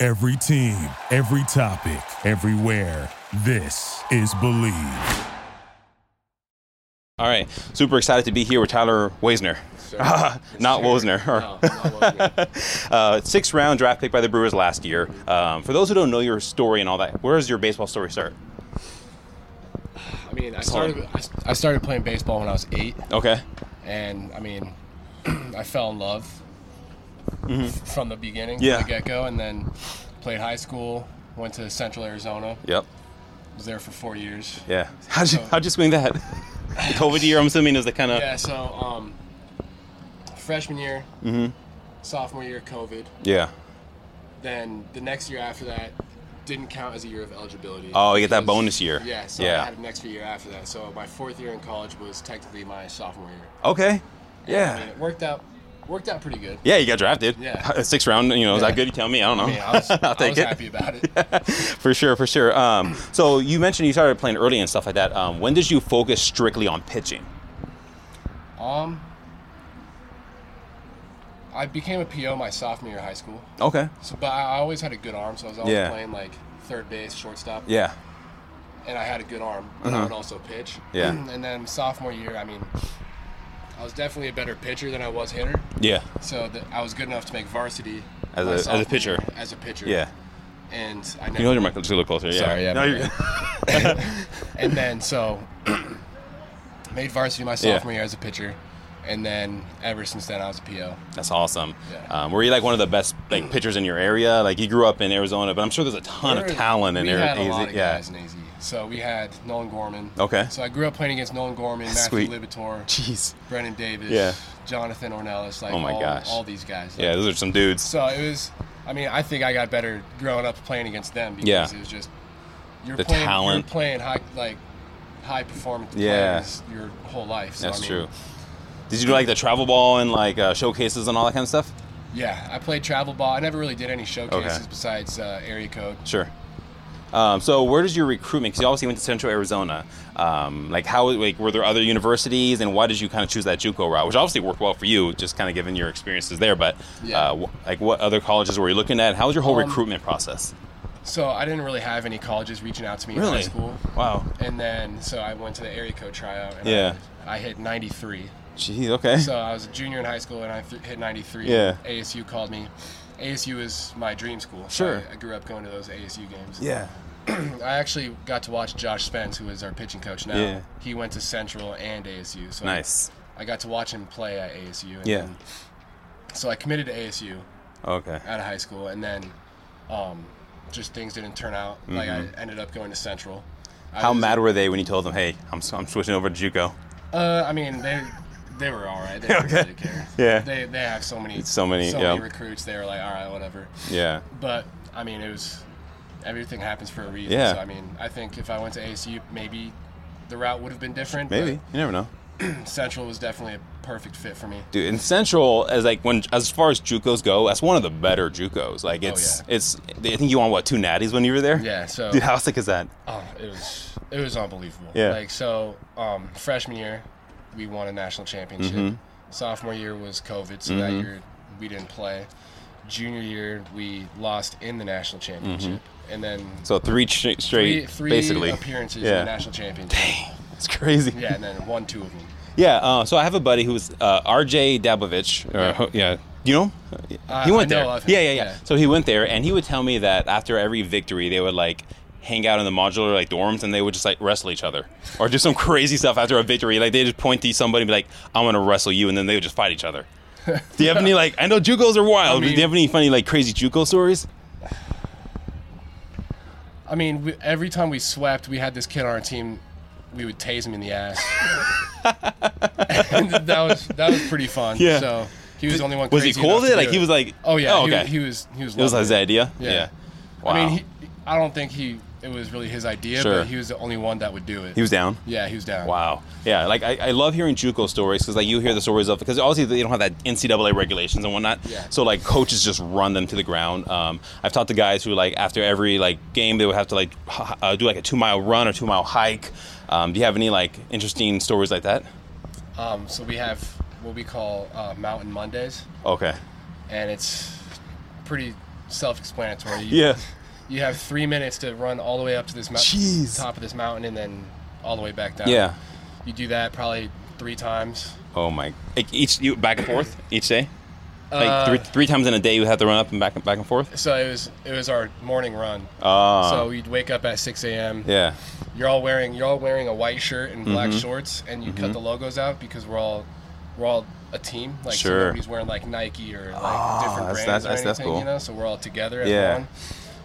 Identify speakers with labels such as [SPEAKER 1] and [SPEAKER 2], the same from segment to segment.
[SPEAKER 1] Every team, every topic, everywhere. This is Believe.
[SPEAKER 2] All right, super excited to be here with Tyler Wasner. not Wozner. uh, six round draft pick by the Brewers last year. Um, for those who don't know your story and all that, where does your baseball story start?
[SPEAKER 3] I mean, I
[SPEAKER 2] Sorry.
[SPEAKER 3] started I started playing baseball when I was eight,
[SPEAKER 2] Okay.
[SPEAKER 3] and I mean, I fell in love f- from the beginning,
[SPEAKER 2] Mm-hmm. Yeah.
[SPEAKER 3] from the get go, and then played high school. Went to Central Arizona.
[SPEAKER 2] Yep.
[SPEAKER 3] Was there for four years.
[SPEAKER 2] Yeah. How'd you, how'd you swing that? COVID year, I'm assuming, is the kind of.
[SPEAKER 3] Yeah. So, um, freshman year,
[SPEAKER 2] Mm-hmm.
[SPEAKER 3] sophomore year, COVID.
[SPEAKER 2] Yeah.
[SPEAKER 3] Then the next year after that didn't count as a year of eligibility.
[SPEAKER 2] Oh, you get that
[SPEAKER 3] because-
[SPEAKER 2] bonus year.
[SPEAKER 3] Yeah. So
[SPEAKER 2] Yeah.
[SPEAKER 3] I had an extra year after that. So my fourth year in college was technically my sophomore year.
[SPEAKER 2] Okay.
[SPEAKER 3] I mean,
[SPEAKER 2] Yeah.
[SPEAKER 3] it worked out. Worked out pretty good.
[SPEAKER 2] Yeah, you got drafted.
[SPEAKER 3] Yeah.
[SPEAKER 2] Six round, you know, is
[SPEAKER 3] Yeah.
[SPEAKER 2] that good? You tell me. I don't know.
[SPEAKER 3] I mean, I was,
[SPEAKER 2] will
[SPEAKER 3] I
[SPEAKER 2] take
[SPEAKER 3] was
[SPEAKER 2] it.
[SPEAKER 3] happy about it.
[SPEAKER 2] for sure, for sure. Um, so you mentioned you started playing early and stuff like that. Um, when did you focus strictly on pitching?
[SPEAKER 3] Um, I became a PO my sophomore year of high school,
[SPEAKER 2] Okay.
[SPEAKER 3] so, but I I always had a good arm, so I was always
[SPEAKER 2] Yeah.
[SPEAKER 3] playing like third base, shortstop,
[SPEAKER 2] Yeah. Uh-huh.
[SPEAKER 3] and I had a good arm, and I would also pitch.
[SPEAKER 2] Yeah.
[SPEAKER 3] and then sophomore year, I mean, I was definitely a better pitcher than I was hitter,
[SPEAKER 2] Yeah.
[SPEAKER 3] so that I was good enough to make varsity
[SPEAKER 2] As
[SPEAKER 3] my
[SPEAKER 2] a- as a
[SPEAKER 3] sophomore
[SPEAKER 2] pitcher.
[SPEAKER 3] year, As a pitcher,
[SPEAKER 2] Yeah.
[SPEAKER 3] and I never
[SPEAKER 2] Can you hold your mic just a little closer? Yeah.
[SPEAKER 3] Sorry, yeah,
[SPEAKER 2] No,
[SPEAKER 3] my
[SPEAKER 2] you're good.
[SPEAKER 3] and then so made varsity my sophomore year as a pitcher, and then ever since then I was a PO.
[SPEAKER 2] That's awesome.
[SPEAKER 3] Yeah.
[SPEAKER 2] Um, were you like one of the best like pitchers in your area? Like you grew up in Arizona, but I'm sure there's a ton of
[SPEAKER 3] There-
[SPEAKER 2] talent in
[SPEAKER 3] we
[SPEAKER 2] there.
[SPEAKER 3] had a
[SPEAKER 2] AZ.
[SPEAKER 3] lot of
[SPEAKER 2] yeah.
[SPEAKER 3] guys in AZ. So we had Nolan Gorman.
[SPEAKER 2] Okay.
[SPEAKER 3] So I grew up playing against Nolan Gorman, Matthew
[SPEAKER 2] Sweet.
[SPEAKER 3] Libator,
[SPEAKER 2] Jeez.
[SPEAKER 3] Brennan Davis,
[SPEAKER 2] Yeah.
[SPEAKER 3] Jonathan Ornelas, like
[SPEAKER 2] Oh my
[SPEAKER 3] all,
[SPEAKER 2] gosh.
[SPEAKER 3] all these guys.
[SPEAKER 2] Yeah, those are some dudes.
[SPEAKER 3] So it was. I mean, I think I got better growing up playing against them because
[SPEAKER 2] Yeah.
[SPEAKER 3] it was just you're
[SPEAKER 2] The
[SPEAKER 3] playing,
[SPEAKER 2] talent.
[SPEAKER 3] you're playing high like high performance
[SPEAKER 2] Yeah.
[SPEAKER 3] players your whole life. So,
[SPEAKER 2] That's
[SPEAKER 3] I mean,
[SPEAKER 2] true. Did you do like the travel ball and like uh, showcases and all that kind of stuff?
[SPEAKER 3] Yeah, I played travel ball. I never really did any showcases
[SPEAKER 2] Okay.
[SPEAKER 3] besides uh, area code.
[SPEAKER 2] Sure. Um, so where does your recruitment? Because you obviously went to Central Arizona. Um, like how? Like were there other universities, and why did you kind of choose that JUCO route, which obviously worked well for you, just kind of given your experiences there. But
[SPEAKER 3] Yeah.
[SPEAKER 2] uh, wh- like what other colleges were you looking at? How was your whole
[SPEAKER 3] Um,
[SPEAKER 2] recruitment process?
[SPEAKER 3] So I didn't really have any colleges reaching out to me in high
[SPEAKER 2] Really?
[SPEAKER 3] school.
[SPEAKER 2] Wow.
[SPEAKER 3] And then so I went to the area code tryout. And
[SPEAKER 2] Yeah.
[SPEAKER 3] I, I hit 93.
[SPEAKER 2] Jeez. Okay.
[SPEAKER 3] So I was a junior in high school and I th- hit 93.
[SPEAKER 2] Yeah.
[SPEAKER 3] ASU called me. ASU is my dream school. so
[SPEAKER 2] Sure.
[SPEAKER 3] I, I grew up going to those ASU games.
[SPEAKER 2] yeah.
[SPEAKER 3] I actually got to watch Josh Spence, who is our pitching coach now.
[SPEAKER 2] Yeah.
[SPEAKER 3] He went to Central and ASU. So
[SPEAKER 2] Nice.
[SPEAKER 3] I got to watch him play at ASU. And
[SPEAKER 2] Yeah.
[SPEAKER 3] then- so I committed to ASU.
[SPEAKER 2] Okay.
[SPEAKER 3] out of high school, and then um, just things didn't turn out. Like I ended up going to Central. I
[SPEAKER 2] Mm-hmm. How
[SPEAKER 3] was-
[SPEAKER 2] mad were they when you told them, "Hey, I'm, I'm switching over to JUCO"?
[SPEAKER 3] Uh, I mean, they they were all right. They didn't really care.
[SPEAKER 2] Yeah.
[SPEAKER 3] They they have so many
[SPEAKER 2] So many,
[SPEAKER 3] so
[SPEAKER 2] yeah.
[SPEAKER 3] many recruits. They were like, all right, whatever.
[SPEAKER 2] Yeah.
[SPEAKER 3] But I mean, it was everything happens for a reason.
[SPEAKER 2] Yeah.
[SPEAKER 3] So I mean, I think if I went to ASU, maybe the route would have been different.
[SPEAKER 2] Maybe. You never know.
[SPEAKER 3] but Central was definitely a perfect fit for me.
[SPEAKER 2] Dude, and Central as like when as far as JUCOs go, that's one of the better JUCOs. Like it's
[SPEAKER 3] Oh, yeah.
[SPEAKER 2] it's. I think you won what two natties when you were there.
[SPEAKER 3] Yeah. So
[SPEAKER 2] Dude, how sick is that?
[SPEAKER 3] Oh, it was it was unbelievable.
[SPEAKER 2] Yeah.
[SPEAKER 3] Like so, um, freshman year, we won a national championship.
[SPEAKER 2] Mm-hmm.
[SPEAKER 3] Sophomore year was COVID, so that year we didn't play. Junior year, we lost in the national championship, and then
[SPEAKER 2] So Mm-hmm. three tr-
[SPEAKER 3] three,
[SPEAKER 2] straight,
[SPEAKER 3] three
[SPEAKER 2] basically.
[SPEAKER 3] appearances in
[SPEAKER 2] Yeah.
[SPEAKER 3] the national championship.
[SPEAKER 2] It's crazy.
[SPEAKER 3] Yeah, and then won two of them.
[SPEAKER 2] Yeah, uh, so I have a buddy who's uh, RJ Dabovich. Or, ho- yeah. You know?
[SPEAKER 3] Uh,
[SPEAKER 2] he went
[SPEAKER 3] I know
[SPEAKER 2] there.
[SPEAKER 3] of him,
[SPEAKER 2] Yeah, yeah, yeah,
[SPEAKER 3] yeah.
[SPEAKER 2] So he went there, and he would tell me that after every victory, they would like hang out in the modular like dorms, and they would just like wrestle each other or do some crazy stuff after a victory. Like they just point to somebody and be like, "I'm gonna wrestle you," and then they would just fight each other. do you have any like? I know JUCOs are wild.
[SPEAKER 3] I
[SPEAKER 2] but do
[SPEAKER 3] mean-
[SPEAKER 2] you have any funny like crazy JUCO stories?
[SPEAKER 3] I mean, we, every time we swept, we had this kid on our team. We would tase him in the ass. And that was that was pretty fun.
[SPEAKER 2] Yeah.
[SPEAKER 3] So he was the only one.
[SPEAKER 2] Was he
[SPEAKER 3] crazy
[SPEAKER 2] cool
[SPEAKER 3] enough
[SPEAKER 2] with
[SPEAKER 3] to
[SPEAKER 2] it?
[SPEAKER 3] do
[SPEAKER 2] Like he was like,
[SPEAKER 3] Oh yeah.
[SPEAKER 2] oh,
[SPEAKER 3] he-
[SPEAKER 2] okay.
[SPEAKER 3] He, was he was.
[SPEAKER 2] It was like
[SPEAKER 3] lovely.
[SPEAKER 2] his idea.
[SPEAKER 3] Yeah.
[SPEAKER 2] yeah. Wow.
[SPEAKER 3] I mean, he, I don't think he it was really his idea,
[SPEAKER 2] Sure.
[SPEAKER 3] but he was the only one that would do it.
[SPEAKER 2] he was down.
[SPEAKER 3] yeah, he was down.
[SPEAKER 2] Wow. Yeah, like I, I love hearing JUCO stories because like you hear the stories of because obviously they don't have that NCAA regulations and whatnot.
[SPEAKER 3] Yeah.
[SPEAKER 2] So like coaches just run them to the ground. Um, I've talked to guys who like after every like game they would have to like h- uh, do like a two mile run or two mile hike. Um, do you have any like interesting stories like that?
[SPEAKER 3] Um, so we have what we call uh, Mountain Mondays,
[SPEAKER 2] Okay.
[SPEAKER 3] and it's pretty self-explanatory. You,
[SPEAKER 2] Yeah.
[SPEAKER 3] You have three minutes to run all the way up to this mountain,
[SPEAKER 2] Jeez.
[SPEAKER 3] top of this mountain, and then all the way back down.
[SPEAKER 2] Yeah.
[SPEAKER 3] You do that probably three times.
[SPEAKER 2] Oh my! Like each you back and forth each day. Like
[SPEAKER 3] Uh,
[SPEAKER 2] three, three times in a day you have to run up and back and back and forth.
[SPEAKER 3] So it was it was our morning run.
[SPEAKER 2] Ah.
[SPEAKER 3] so you'd wake up at 6 a.m.
[SPEAKER 2] Yeah.
[SPEAKER 3] You're all wearing you're all wearing a white shirt and black
[SPEAKER 2] Mm-hmm.
[SPEAKER 3] shorts, and you cut the logos out because we're all we're all a team. Like so
[SPEAKER 2] Sure. Ah,
[SPEAKER 3] nobody's wearing like Nike or like different
[SPEAKER 2] that's- that's-
[SPEAKER 3] brands or
[SPEAKER 2] that's-
[SPEAKER 3] anything,
[SPEAKER 2] that's cool.
[SPEAKER 3] you know. So we're all together as
[SPEAKER 2] Yeah.
[SPEAKER 3] one,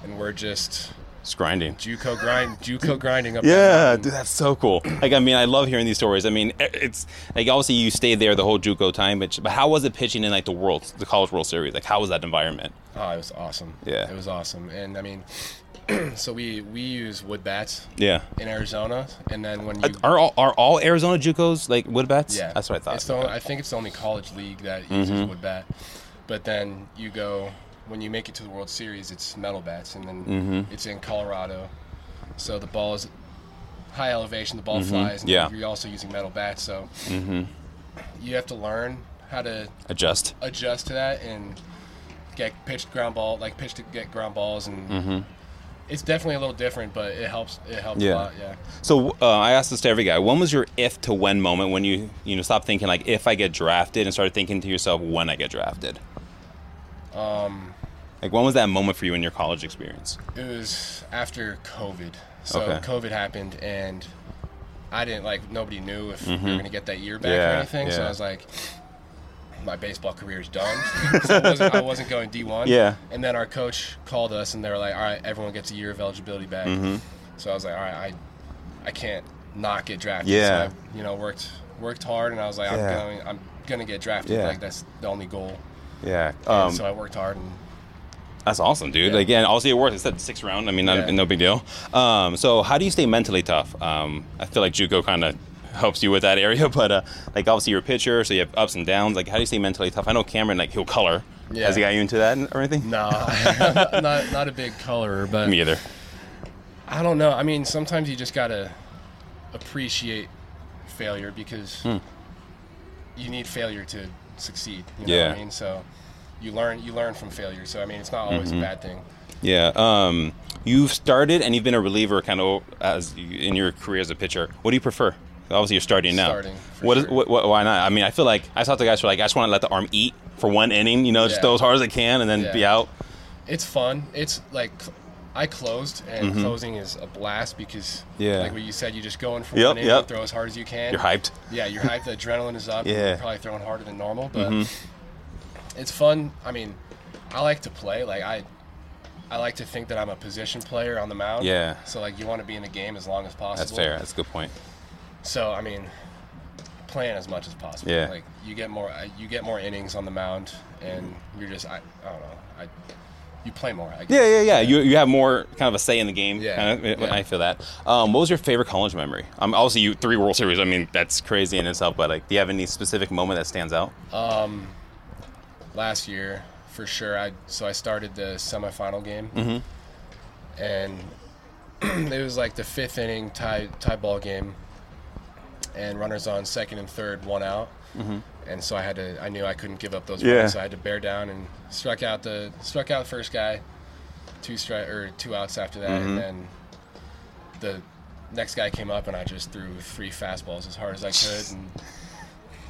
[SPEAKER 3] and we're just
[SPEAKER 2] It's grinding.
[SPEAKER 3] JUCO grind JUCO grinding up. that
[SPEAKER 2] Yeah,
[SPEAKER 3] mountain.
[SPEAKER 2] dude, that's so cool. Like, I mean, I love hearing these stories. I mean, i- it's like obviously you stayed there the whole JUCO time, but, but how was it pitching in like the world, the college World Series? Like, how was that environment?
[SPEAKER 3] Oh, it was awesome.
[SPEAKER 2] Yeah.
[SPEAKER 3] it was awesome, and I mean, so we we use wood bats
[SPEAKER 2] Yeah.
[SPEAKER 3] in Arizona, and then when you
[SPEAKER 2] Are all, are all Arizona JUCOs like wood bats?
[SPEAKER 3] Yeah,
[SPEAKER 2] that's what I thought. Mm-hmm.
[SPEAKER 3] It's the only, I think it's the only college league that uses wood bat. But then you go when you make it to the World Series, it's metal bats, and then
[SPEAKER 2] Mm-hmm.
[SPEAKER 3] it's in Colorado, so the ball is high elevation. The ball flies. And
[SPEAKER 2] Mm-hmm. yeah. Mm-hmm.
[SPEAKER 3] you're also using metal bats, so you have to learn how to
[SPEAKER 2] Adjust.
[SPEAKER 3] adjust to that and get pitched ground ball, like pitch to get ground balls, and it's definitely a little different, but it helps. It helps
[SPEAKER 2] Mm-hmm. Yeah.
[SPEAKER 3] a lot. Yeah.
[SPEAKER 2] So uh, I asked this to every guy. When was your if to when moment when you you know stopped thinking like if I get drafted and started thinking to yourself when I get drafted? Um,
[SPEAKER 3] Um,
[SPEAKER 2] like when was that moment for you in your college experience?
[SPEAKER 3] it was after COVID. So
[SPEAKER 2] Okay.
[SPEAKER 3] COVID happened, and I didn't like nobody knew if we were gonna get that year back
[SPEAKER 2] Mm-hmm. Yeah,
[SPEAKER 3] or anything. So
[SPEAKER 2] yeah.
[SPEAKER 3] I was like, my baseball career is done. so I, wasn't, I wasn't going D one.
[SPEAKER 2] Yeah.
[SPEAKER 3] And then our coach called us, and they were like, "All right, everyone gets a year of eligibility back."
[SPEAKER 2] Mm-hmm.
[SPEAKER 3] So I was like, "All right, I, I can't not get drafted."
[SPEAKER 2] Yeah.
[SPEAKER 3] So I, you know, worked worked hard, and I was like, "I'm
[SPEAKER 2] Yeah.
[SPEAKER 3] going, I'm gonna get drafted.
[SPEAKER 2] Yeah. Um,
[SPEAKER 3] Like that's the only goal."
[SPEAKER 2] Yeah.
[SPEAKER 3] And so I worked hard, and
[SPEAKER 2] That's awesome, dude.
[SPEAKER 3] Yeah.
[SPEAKER 2] Again, obviously it worked. It's that sixth round. I mean, not,
[SPEAKER 3] Yeah.
[SPEAKER 2] no big deal. Um, so how do you stay mentally tough? Um, I feel like JUCO kind of helps you with that area, but uh, like obviously you're a pitcher, so you have ups and downs. Like how do you stay mentally tough? I know Cameron, like he'll color.
[SPEAKER 3] Yeah.
[SPEAKER 2] Has he got you into that or anything?
[SPEAKER 3] no, I'm not not a big colorer, but
[SPEAKER 2] Me either.
[SPEAKER 3] I don't know. I mean, sometimes you just gotta appreciate failure because
[SPEAKER 2] Hmm.
[SPEAKER 3] you need failure to succeed. You know
[SPEAKER 2] Yeah.
[SPEAKER 3] what I mean? So you learn you learn from failure. So I mean, it's not always
[SPEAKER 2] Mm-hmm.
[SPEAKER 3] a bad thing.
[SPEAKER 2] Yeah. Um, you've started and you've been a reliever kind of as you, in your career as a pitcher. What do you prefer? Obviously, you're starting now.
[SPEAKER 3] Starting, for
[SPEAKER 2] What is-
[SPEAKER 3] sure.
[SPEAKER 2] what, what- why not? I mean, I feel like I talk to guys who are like, I just want to let the arm eat for one inning, you know, just
[SPEAKER 3] Yeah.
[SPEAKER 2] throw as hard as I can and then
[SPEAKER 3] Yeah.
[SPEAKER 2] be out.
[SPEAKER 3] It's fun. It's like I closed, and closing is a blast because
[SPEAKER 2] Mm-hmm. Yeah.
[SPEAKER 3] like what you said, you just go in for
[SPEAKER 2] Yep,
[SPEAKER 3] one inning,
[SPEAKER 2] yep.
[SPEAKER 3] throw as hard as you can.
[SPEAKER 2] You're hyped.
[SPEAKER 3] Yeah, you're hyped. The adrenaline is up.
[SPEAKER 2] Yeah. Mm-hmm.
[SPEAKER 3] You're probably throwing harder than normal, but it's fun. I mean, I like to play. Like I, I like to think that I'm a position player on the mound.
[SPEAKER 2] Yeah.
[SPEAKER 3] So like, you want to be in the game as long as
[SPEAKER 2] That's
[SPEAKER 3] possible.
[SPEAKER 2] fair. That's a good point.
[SPEAKER 3] So I mean, playing as much as possible.
[SPEAKER 2] Yeah.
[SPEAKER 3] Like you get more, uh, you get more innings on the mound, and you're just I, I don't know, I, you play more. I guess.
[SPEAKER 2] Yeah, yeah, yeah. You, you have more kind of a say in the game.
[SPEAKER 3] Yeah,
[SPEAKER 2] kind of.
[SPEAKER 3] yeah.
[SPEAKER 2] I feel that. Um, what was your favorite college memory? Um, obviously, you three World Series. I mean, that's crazy in itself. But like, do you have any specific moment that stands out?
[SPEAKER 3] last year for sure. I so I started the semifinal game,
[SPEAKER 2] Mm-hmm.
[SPEAKER 3] and it was like the fifth inning tie tie ball game, and runners on second and third, one out. And so I had to. I knew I couldn't give up those
[SPEAKER 2] Mm-hmm. Yeah.
[SPEAKER 3] runs, so I had to bear down and struck out the struck out first guy, two strike or two outs after that,
[SPEAKER 2] Mm-hmm.
[SPEAKER 3] and then the next guy came up and I just threw three fastballs as hard as I could and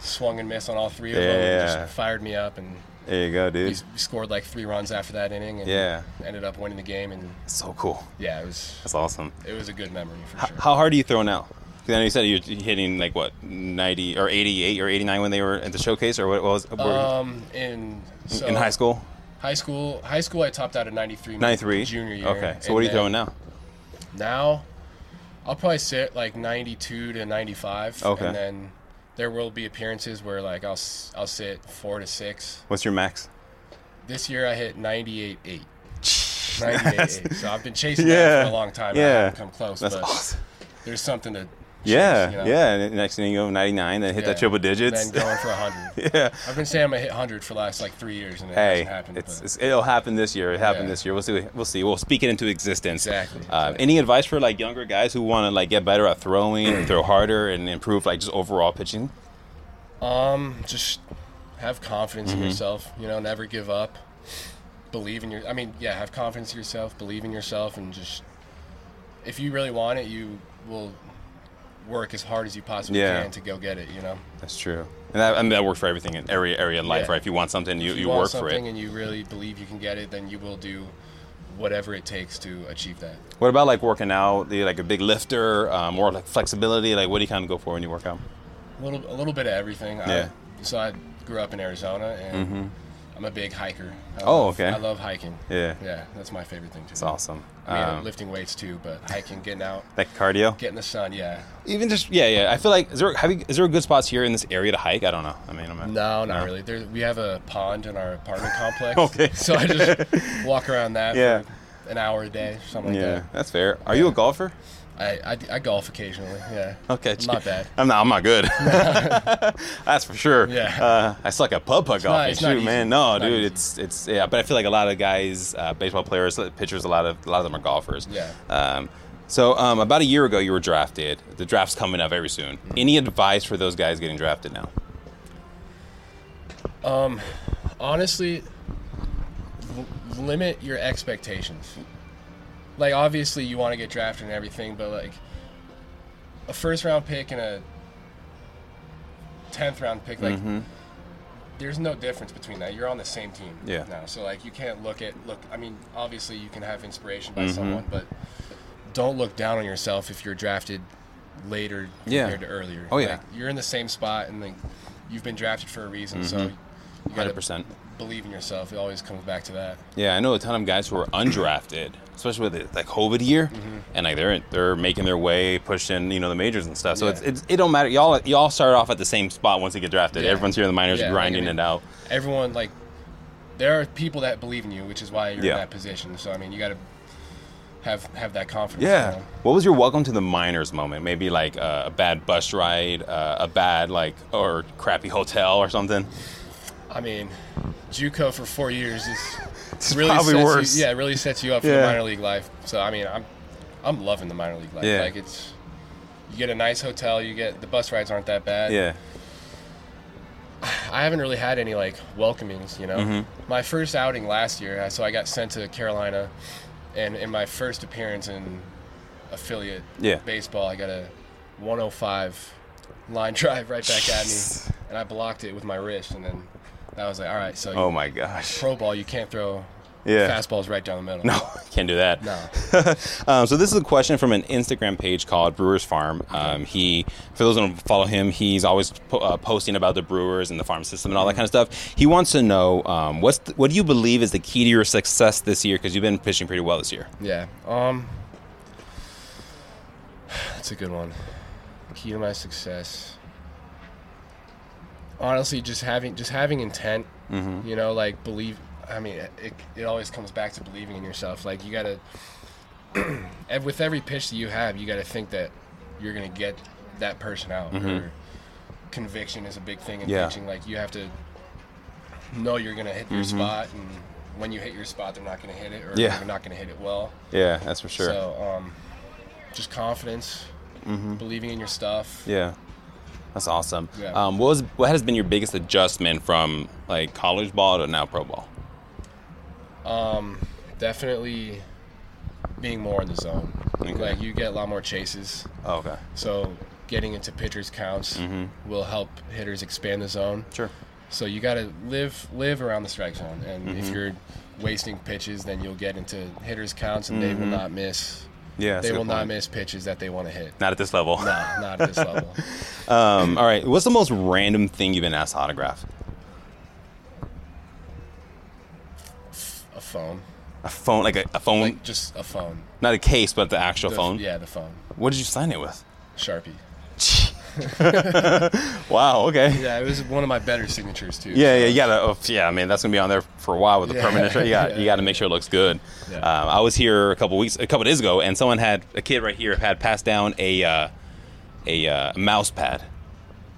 [SPEAKER 3] swung and missed on all three of them. and
[SPEAKER 2] Yeah.
[SPEAKER 3] just fired me up and
[SPEAKER 2] There you go,
[SPEAKER 3] we
[SPEAKER 2] dude.
[SPEAKER 3] s- we scored like three runs after that inning and
[SPEAKER 2] Yeah.
[SPEAKER 3] ended up winning the game and
[SPEAKER 2] So cool.
[SPEAKER 3] yeah it was
[SPEAKER 2] That's awesome.
[SPEAKER 3] it was a good memory for
[SPEAKER 2] H-
[SPEAKER 3] sure
[SPEAKER 2] How hard are you throwing now? 'Cause I know you said you're hitting like what ninety or eighty-eight or eighty-nine when they were at the showcase, or what what was were
[SPEAKER 3] um in
[SPEAKER 2] you
[SPEAKER 3] Uh, so
[SPEAKER 2] in high school?
[SPEAKER 3] high school high school i topped out at 93 my
[SPEAKER 2] Ninety-three.
[SPEAKER 3] junior year
[SPEAKER 2] Okay. So
[SPEAKER 3] and
[SPEAKER 2] what are you
[SPEAKER 3] then
[SPEAKER 2] throwing now?
[SPEAKER 3] now i'll probably sit like 92 to 95
[SPEAKER 2] Okay.
[SPEAKER 3] and then there will be appearances where like i'll s- i'll sit four to six
[SPEAKER 2] What's your max?
[SPEAKER 3] this year i hit 98 8 98. so I've been chasing
[SPEAKER 2] Yeah.
[SPEAKER 3] that for a long time.
[SPEAKER 2] Yeah.
[SPEAKER 3] And I haven't come close.
[SPEAKER 2] That's
[SPEAKER 3] but
[SPEAKER 2] awesome.
[SPEAKER 3] There's something to.
[SPEAKER 2] Yeah,
[SPEAKER 3] chase, you know?
[SPEAKER 2] yeah. And next thing you go, 99, then hit
[SPEAKER 3] Yeah.
[SPEAKER 2] that triple digits.
[SPEAKER 3] Then going for 100.
[SPEAKER 2] yeah.
[SPEAKER 3] I've been saying I'm going to hit 100 for the last like three years and it
[SPEAKER 2] Hey,
[SPEAKER 3] hasn't happened.
[SPEAKER 2] it's,
[SPEAKER 3] but
[SPEAKER 2] it's, it'll happen this year. It happened
[SPEAKER 3] Yeah.
[SPEAKER 2] this year. We'll see. We'll see. We'll speak it into existence.
[SPEAKER 3] Exactly,
[SPEAKER 2] Uh,
[SPEAKER 3] exactly.
[SPEAKER 2] any advice for like younger guys who want to like get better at throwing, throw harder, and improve like just overall pitching?
[SPEAKER 3] just have confidence
[SPEAKER 2] Mm-hmm.
[SPEAKER 3] in yourself. You know, never give up. Believe in your. I mean, yeah, have confidence in yourself. Believe in yourself, and just if you really want it, you will work as hard as you possibly
[SPEAKER 2] Yeah.
[SPEAKER 3] can to go get it. You know,
[SPEAKER 2] That's true. And that, I mean, that works for everything in every area in life,
[SPEAKER 3] Yeah.
[SPEAKER 2] right? If you want something, you,
[SPEAKER 3] if
[SPEAKER 2] you,
[SPEAKER 3] want
[SPEAKER 2] work for
[SPEAKER 3] something
[SPEAKER 2] it.
[SPEAKER 3] and you really believe you can get it, then you will do whatever it takes to achieve that.
[SPEAKER 2] What about like working out? Are you like a big lifter, um, or like flexibility? Like, what do you kind of go for when you work out?
[SPEAKER 3] A little, a little bit of everything.
[SPEAKER 2] Yeah. Mm-hmm.
[SPEAKER 3] I, so I grew up in Arizona, and I'm a big hiker. I
[SPEAKER 2] Oh,
[SPEAKER 3] love-
[SPEAKER 2] okay.
[SPEAKER 3] I love hiking.
[SPEAKER 2] Yeah.
[SPEAKER 3] Yeah, that's my favorite thing to
[SPEAKER 2] It's
[SPEAKER 3] do.
[SPEAKER 2] awesome.
[SPEAKER 3] I mean,
[SPEAKER 2] Um,
[SPEAKER 3] lifting weights too, but hiking, getting out,
[SPEAKER 2] like cardio.
[SPEAKER 3] getting the sun. Yeah.
[SPEAKER 2] Even just yeah, yeah. I feel like is there have you, is there good spots here in this area to hike? I don't know. I mean, I'm not-
[SPEAKER 3] No, not really. There, we have a pond in our apartment complex.
[SPEAKER 2] Okay.
[SPEAKER 3] So I just walk around that.
[SPEAKER 2] Yeah.
[SPEAKER 3] For an hour a day, something like
[SPEAKER 2] Yeah, that's fair. Are you a golfer?
[SPEAKER 3] that. I, I, I golf occasionally. Yeah.
[SPEAKER 2] Okay,
[SPEAKER 3] I'm not bad.
[SPEAKER 2] I'm not. I'm not good. That's for sure.
[SPEAKER 3] Yeah.
[SPEAKER 2] Uh, I suck at putt putt golf.
[SPEAKER 3] not-
[SPEAKER 2] and
[SPEAKER 3] it's
[SPEAKER 2] shoot,
[SPEAKER 3] not
[SPEAKER 2] man.
[SPEAKER 3] easy.
[SPEAKER 2] No,
[SPEAKER 3] It's not
[SPEAKER 2] dude.
[SPEAKER 3] easy.
[SPEAKER 2] It's it's yeah. But I feel like a lot of guys, uh, baseball players, pitchers, a lot of a lot of them are golfers.
[SPEAKER 3] Yeah.
[SPEAKER 2] Um, so um, about a year ago, you were drafted. The draft's coming up very soon.
[SPEAKER 3] Mm-hmm.
[SPEAKER 2] Any advice for those guys getting drafted now?
[SPEAKER 3] honestly l- limit your expectations like obviously you want to get drafted and everything but like a first round pick and a 10th round pick like
[SPEAKER 2] Mm-hmm.
[SPEAKER 3] there's no difference between that you're on the same team
[SPEAKER 2] Yeah.
[SPEAKER 3] now so like you can't look at look i mean obviously you can have inspiration
[SPEAKER 2] Mm-hmm.
[SPEAKER 3] by someone but don't look down on yourself if you're drafted later
[SPEAKER 2] Yeah.
[SPEAKER 3] compared to earlier
[SPEAKER 2] Oh, yeah.
[SPEAKER 3] Like, you're in the same spot and like you've been drafted for a reason
[SPEAKER 2] Mm-hmm.
[SPEAKER 3] so you gotta
[SPEAKER 2] 100%.
[SPEAKER 3] believe in yourself. It always comes back to that.
[SPEAKER 2] Yeah, I know a ton of guys who are undrafted, especially with the, like COVID year,
[SPEAKER 3] Mm-hmm.
[SPEAKER 2] and like they're they're making their way, pushing you know the majors and stuff. So
[SPEAKER 3] Yeah.
[SPEAKER 2] it's, it's it don't matter. Y'all y'all start off at the same spot once you get drafted.
[SPEAKER 3] Yeah.
[SPEAKER 2] Everyone's here in the minors,
[SPEAKER 3] Yeah, like, I
[SPEAKER 2] grinding
[SPEAKER 3] mean-
[SPEAKER 2] it out.
[SPEAKER 3] Everyone like there are people that believe in you, which is why you're
[SPEAKER 2] Yeah.
[SPEAKER 3] in that position. So I mean, you got to have have that confidence.
[SPEAKER 2] Yeah.
[SPEAKER 3] you know?
[SPEAKER 2] What was your welcome to the minors moment? Maybe like uh, a bad bus ride, uh, a bad like or crappy hotel or something.
[SPEAKER 3] I mean, JUCO for four years
[SPEAKER 2] It's
[SPEAKER 3] is really
[SPEAKER 2] probably
[SPEAKER 3] sets
[SPEAKER 2] worse.
[SPEAKER 3] You, yeah, it really sets you up for
[SPEAKER 2] Yeah.
[SPEAKER 3] the minor league life. So I mean, I'm I'm loving the minor league life.
[SPEAKER 2] Yeah.
[SPEAKER 3] Like it's you get a nice hotel. You get the bus rides aren't that bad.
[SPEAKER 2] Yeah.
[SPEAKER 3] I haven't really had any like welcomings, you know.
[SPEAKER 2] Mm-hmm.
[SPEAKER 3] My first outing last year, I- so I got sent to Carolina, and in my first appearance in affiliate
[SPEAKER 2] Yeah.
[SPEAKER 3] baseball, I got a 105 line drive right back at me, and I blocked it with my wrist, and then that was like, all right, so
[SPEAKER 2] Oh my gosh.
[SPEAKER 3] pro ball, you can't throw
[SPEAKER 2] Yeah.
[SPEAKER 3] fastballs right down the middle.
[SPEAKER 2] No, can't do that.
[SPEAKER 3] No.
[SPEAKER 2] um, so this is a question from an Instagram page called Brewers Farm. Um, he, for those who don't follow him, he's always po- uh, posting about the Brewers and the farm system and all that kind of stuff. He wants to know um, what's th- what do you believe is the key to your success this year? Because you've been pitching pretty well this year.
[SPEAKER 3] Yeah. Um. That's a good one. Key to my success. Honestly, just having just having intent.
[SPEAKER 2] Mm-hmm.
[SPEAKER 3] You know, like believe. I mean, it it always comes back to believing in yourself. Like you gotta. ev- with every pitch that you have, you gotta think that you're gonna get that person out. Or conviction is a big thing in
[SPEAKER 2] Mm-hmm. Yeah.
[SPEAKER 3] pitching. Like you have to know you're gonna hit your spot, and when you hit your spot, they're not gonna hit it, or
[SPEAKER 2] Mm-hmm. Yeah.
[SPEAKER 3] they're not gonna hit it well.
[SPEAKER 2] Yeah, that's for sure.
[SPEAKER 3] So, um, just confidence,
[SPEAKER 2] Mm-hmm.
[SPEAKER 3] believing in your stuff.
[SPEAKER 2] Yeah, that's awesome.
[SPEAKER 3] Yeah.
[SPEAKER 2] Um, what was what has been your biggest adjustment from like college ball to now pro ball?
[SPEAKER 3] Definitely being more in the zone. Like you get a lot more chases,
[SPEAKER 2] Oh, okay,
[SPEAKER 3] so getting into pitchers counts
[SPEAKER 2] Mm-hmm.
[SPEAKER 3] will help hitters expand the zone.
[SPEAKER 2] sure.
[SPEAKER 3] So you got to live live around the strike zone, and if
[SPEAKER 2] Mm-hmm.
[SPEAKER 3] you're wasting pitches, then you'll get into hitters counts, and they will not miss.
[SPEAKER 2] Mm-hmm. Yeah, that's a
[SPEAKER 3] they
[SPEAKER 2] good
[SPEAKER 3] will not
[SPEAKER 2] point.
[SPEAKER 3] miss pitches that they want to hit.
[SPEAKER 2] Not at this level.
[SPEAKER 3] No, not at this level.
[SPEAKER 2] Um, all right, what's the most random thing you've been asked to autograph?
[SPEAKER 3] A phone,
[SPEAKER 2] A phone, like a, a phone,
[SPEAKER 3] like just a phone.
[SPEAKER 2] not a case, but the actual
[SPEAKER 3] The-
[SPEAKER 2] phone.
[SPEAKER 3] Yeah, the phone.
[SPEAKER 2] What did you sign it with?
[SPEAKER 3] Sharpie.
[SPEAKER 2] Wow. Okay. Yeah.
[SPEAKER 3] Yeah, it was one of my better signatures too.
[SPEAKER 2] Yeah, you gotta. Oh, yeah, I mean that's gonna be on there for a while with the
[SPEAKER 3] Yeah.
[SPEAKER 2] permanent. You got, you
[SPEAKER 3] Yeah.
[SPEAKER 2] got to make sure it looks good.
[SPEAKER 3] Yeah.
[SPEAKER 2] Um, I was here a couple weeks, a couple days ago, and someone had a kid right here had passed down a uh, a uh, mouse pad,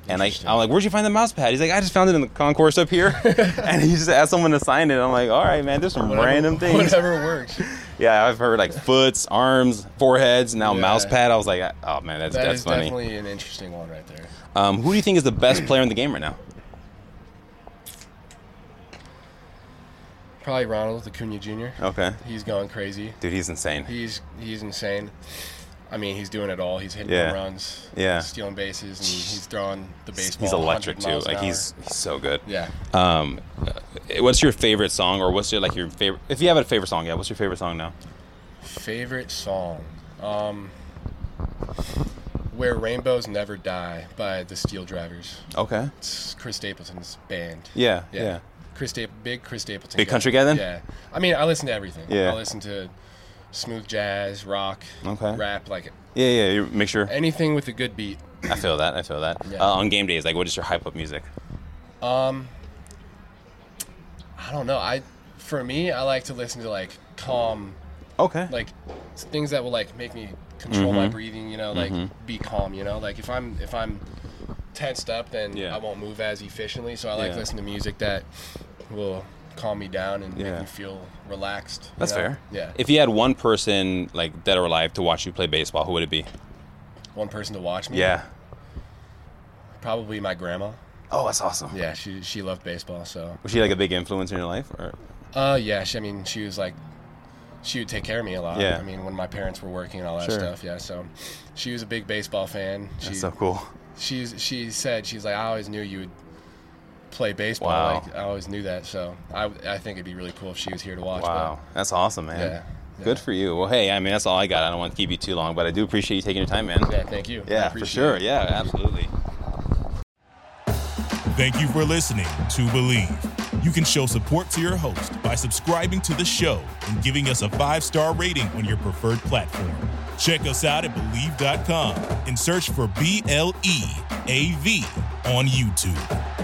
[SPEAKER 2] and I, I'm like, "Where'd you find the mouse pad?" He's like, "I just found it in the concourse up here," and he just asked someone to sign it. I'm like, "All right, man, there's some random things."
[SPEAKER 3] Whatever works.
[SPEAKER 2] Yeah, I've heard like foots, arms, foreheads, now
[SPEAKER 3] Yeah.
[SPEAKER 2] mouse pad. I was like, "Oh man, that's
[SPEAKER 3] That
[SPEAKER 2] that's
[SPEAKER 3] is
[SPEAKER 2] funny."
[SPEAKER 3] definitely an interesting one right there.
[SPEAKER 2] Um, who do you think is the best player in the game right now?
[SPEAKER 3] Probably Ronald Acuna Jr.
[SPEAKER 2] Okay,
[SPEAKER 3] He's going crazy.
[SPEAKER 2] dude, he's insane.
[SPEAKER 3] He's he's insane. I mean, he's doing it all. He's hitting
[SPEAKER 2] Yeah.
[SPEAKER 3] home runs,
[SPEAKER 2] Yeah.
[SPEAKER 3] stealing bases, and he's throwing the baseball.
[SPEAKER 2] he's electric
[SPEAKER 3] 100
[SPEAKER 2] too.
[SPEAKER 3] miles an
[SPEAKER 2] Like
[SPEAKER 3] hour.
[SPEAKER 2] he's he's so good.
[SPEAKER 3] yeah.
[SPEAKER 2] Um, uh, what's your favorite song, or what's your like your favorite? If you have a favorite song, yeah, what's your favorite song now?
[SPEAKER 3] Favorite song, um, "Where Rainbows Never Die" by the Steel Drivers.
[SPEAKER 2] Okay.
[SPEAKER 3] It's Chris Stapleton's band.
[SPEAKER 2] Yeah, yeah.
[SPEAKER 3] Chris Sta- big Chris Stapleton.
[SPEAKER 2] Big
[SPEAKER 3] guy.
[SPEAKER 2] country guy then?
[SPEAKER 3] Yeah. I mean, I listen to everything.
[SPEAKER 2] Yeah.
[SPEAKER 3] I listen to smooth jazz, rock,
[SPEAKER 2] Okay.
[SPEAKER 3] rap, like
[SPEAKER 2] Yeah, yeah. You make sure.
[SPEAKER 3] anything with a good beat.
[SPEAKER 2] I feel that. I feel that.
[SPEAKER 3] Yeah.
[SPEAKER 2] Uh, on game days, like, what is your hype up music?
[SPEAKER 3] Um, I don't know. I, for me, I like to listen to like calm,
[SPEAKER 2] Okay.
[SPEAKER 3] like s- things that will like make me control
[SPEAKER 2] Mm-hmm.
[SPEAKER 3] my breathing. You know, like be calm. You know, like if I'm if I'm tensed up, then
[SPEAKER 2] Yeah.
[SPEAKER 3] I won't move as efficiently. So I like
[SPEAKER 2] Yeah.
[SPEAKER 3] to listen to music that will calm me down and
[SPEAKER 2] Yeah.
[SPEAKER 3] make me feel relaxed. you
[SPEAKER 2] That's
[SPEAKER 3] know?
[SPEAKER 2] fair.
[SPEAKER 3] Yeah.
[SPEAKER 2] If you had one person, like dead or alive, to watch you play baseball, who would it be?
[SPEAKER 3] One person to watch me.
[SPEAKER 2] Yeah.
[SPEAKER 3] Probably my grandma.
[SPEAKER 2] Oh, that's awesome.
[SPEAKER 3] Yeah, she she loved baseball, so
[SPEAKER 2] Was she like a big influence in your life? Or
[SPEAKER 3] Uh, yeah. She, I mean, she was like, she would take care of me a lot.
[SPEAKER 2] Yeah.
[SPEAKER 3] I mean, when my parents were working and all that
[SPEAKER 2] Sure.
[SPEAKER 3] stuff. Yeah. So, she was a big baseball fan. She,
[SPEAKER 2] that's so cool.
[SPEAKER 3] she's she said she's like I always knew you would play baseball.
[SPEAKER 2] Wow.
[SPEAKER 3] Like I always knew that. So I I think it'd be really cool if she was here to watch. but-
[SPEAKER 2] Wow, that's awesome, man.
[SPEAKER 3] Yeah,
[SPEAKER 2] Good
[SPEAKER 3] yeah.
[SPEAKER 2] for you. Well, hey, I mean, that's all I got. I don't want to keep you too long, but I do appreciate you taking your time, man.
[SPEAKER 3] yeah. Thank you. I
[SPEAKER 2] Yeah, for
[SPEAKER 3] appreciate
[SPEAKER 2] sure.
[SPEAKER 3] it.
[SPEAKER 2] Yeah, absolutely.
[SPEAKER 1] Thank you for listening to Believe. You can show support to your host by subscribing to the show and giving us a five star rating on your preferred platform. Check us out at Believe.com and search for B L E A V on YouTube.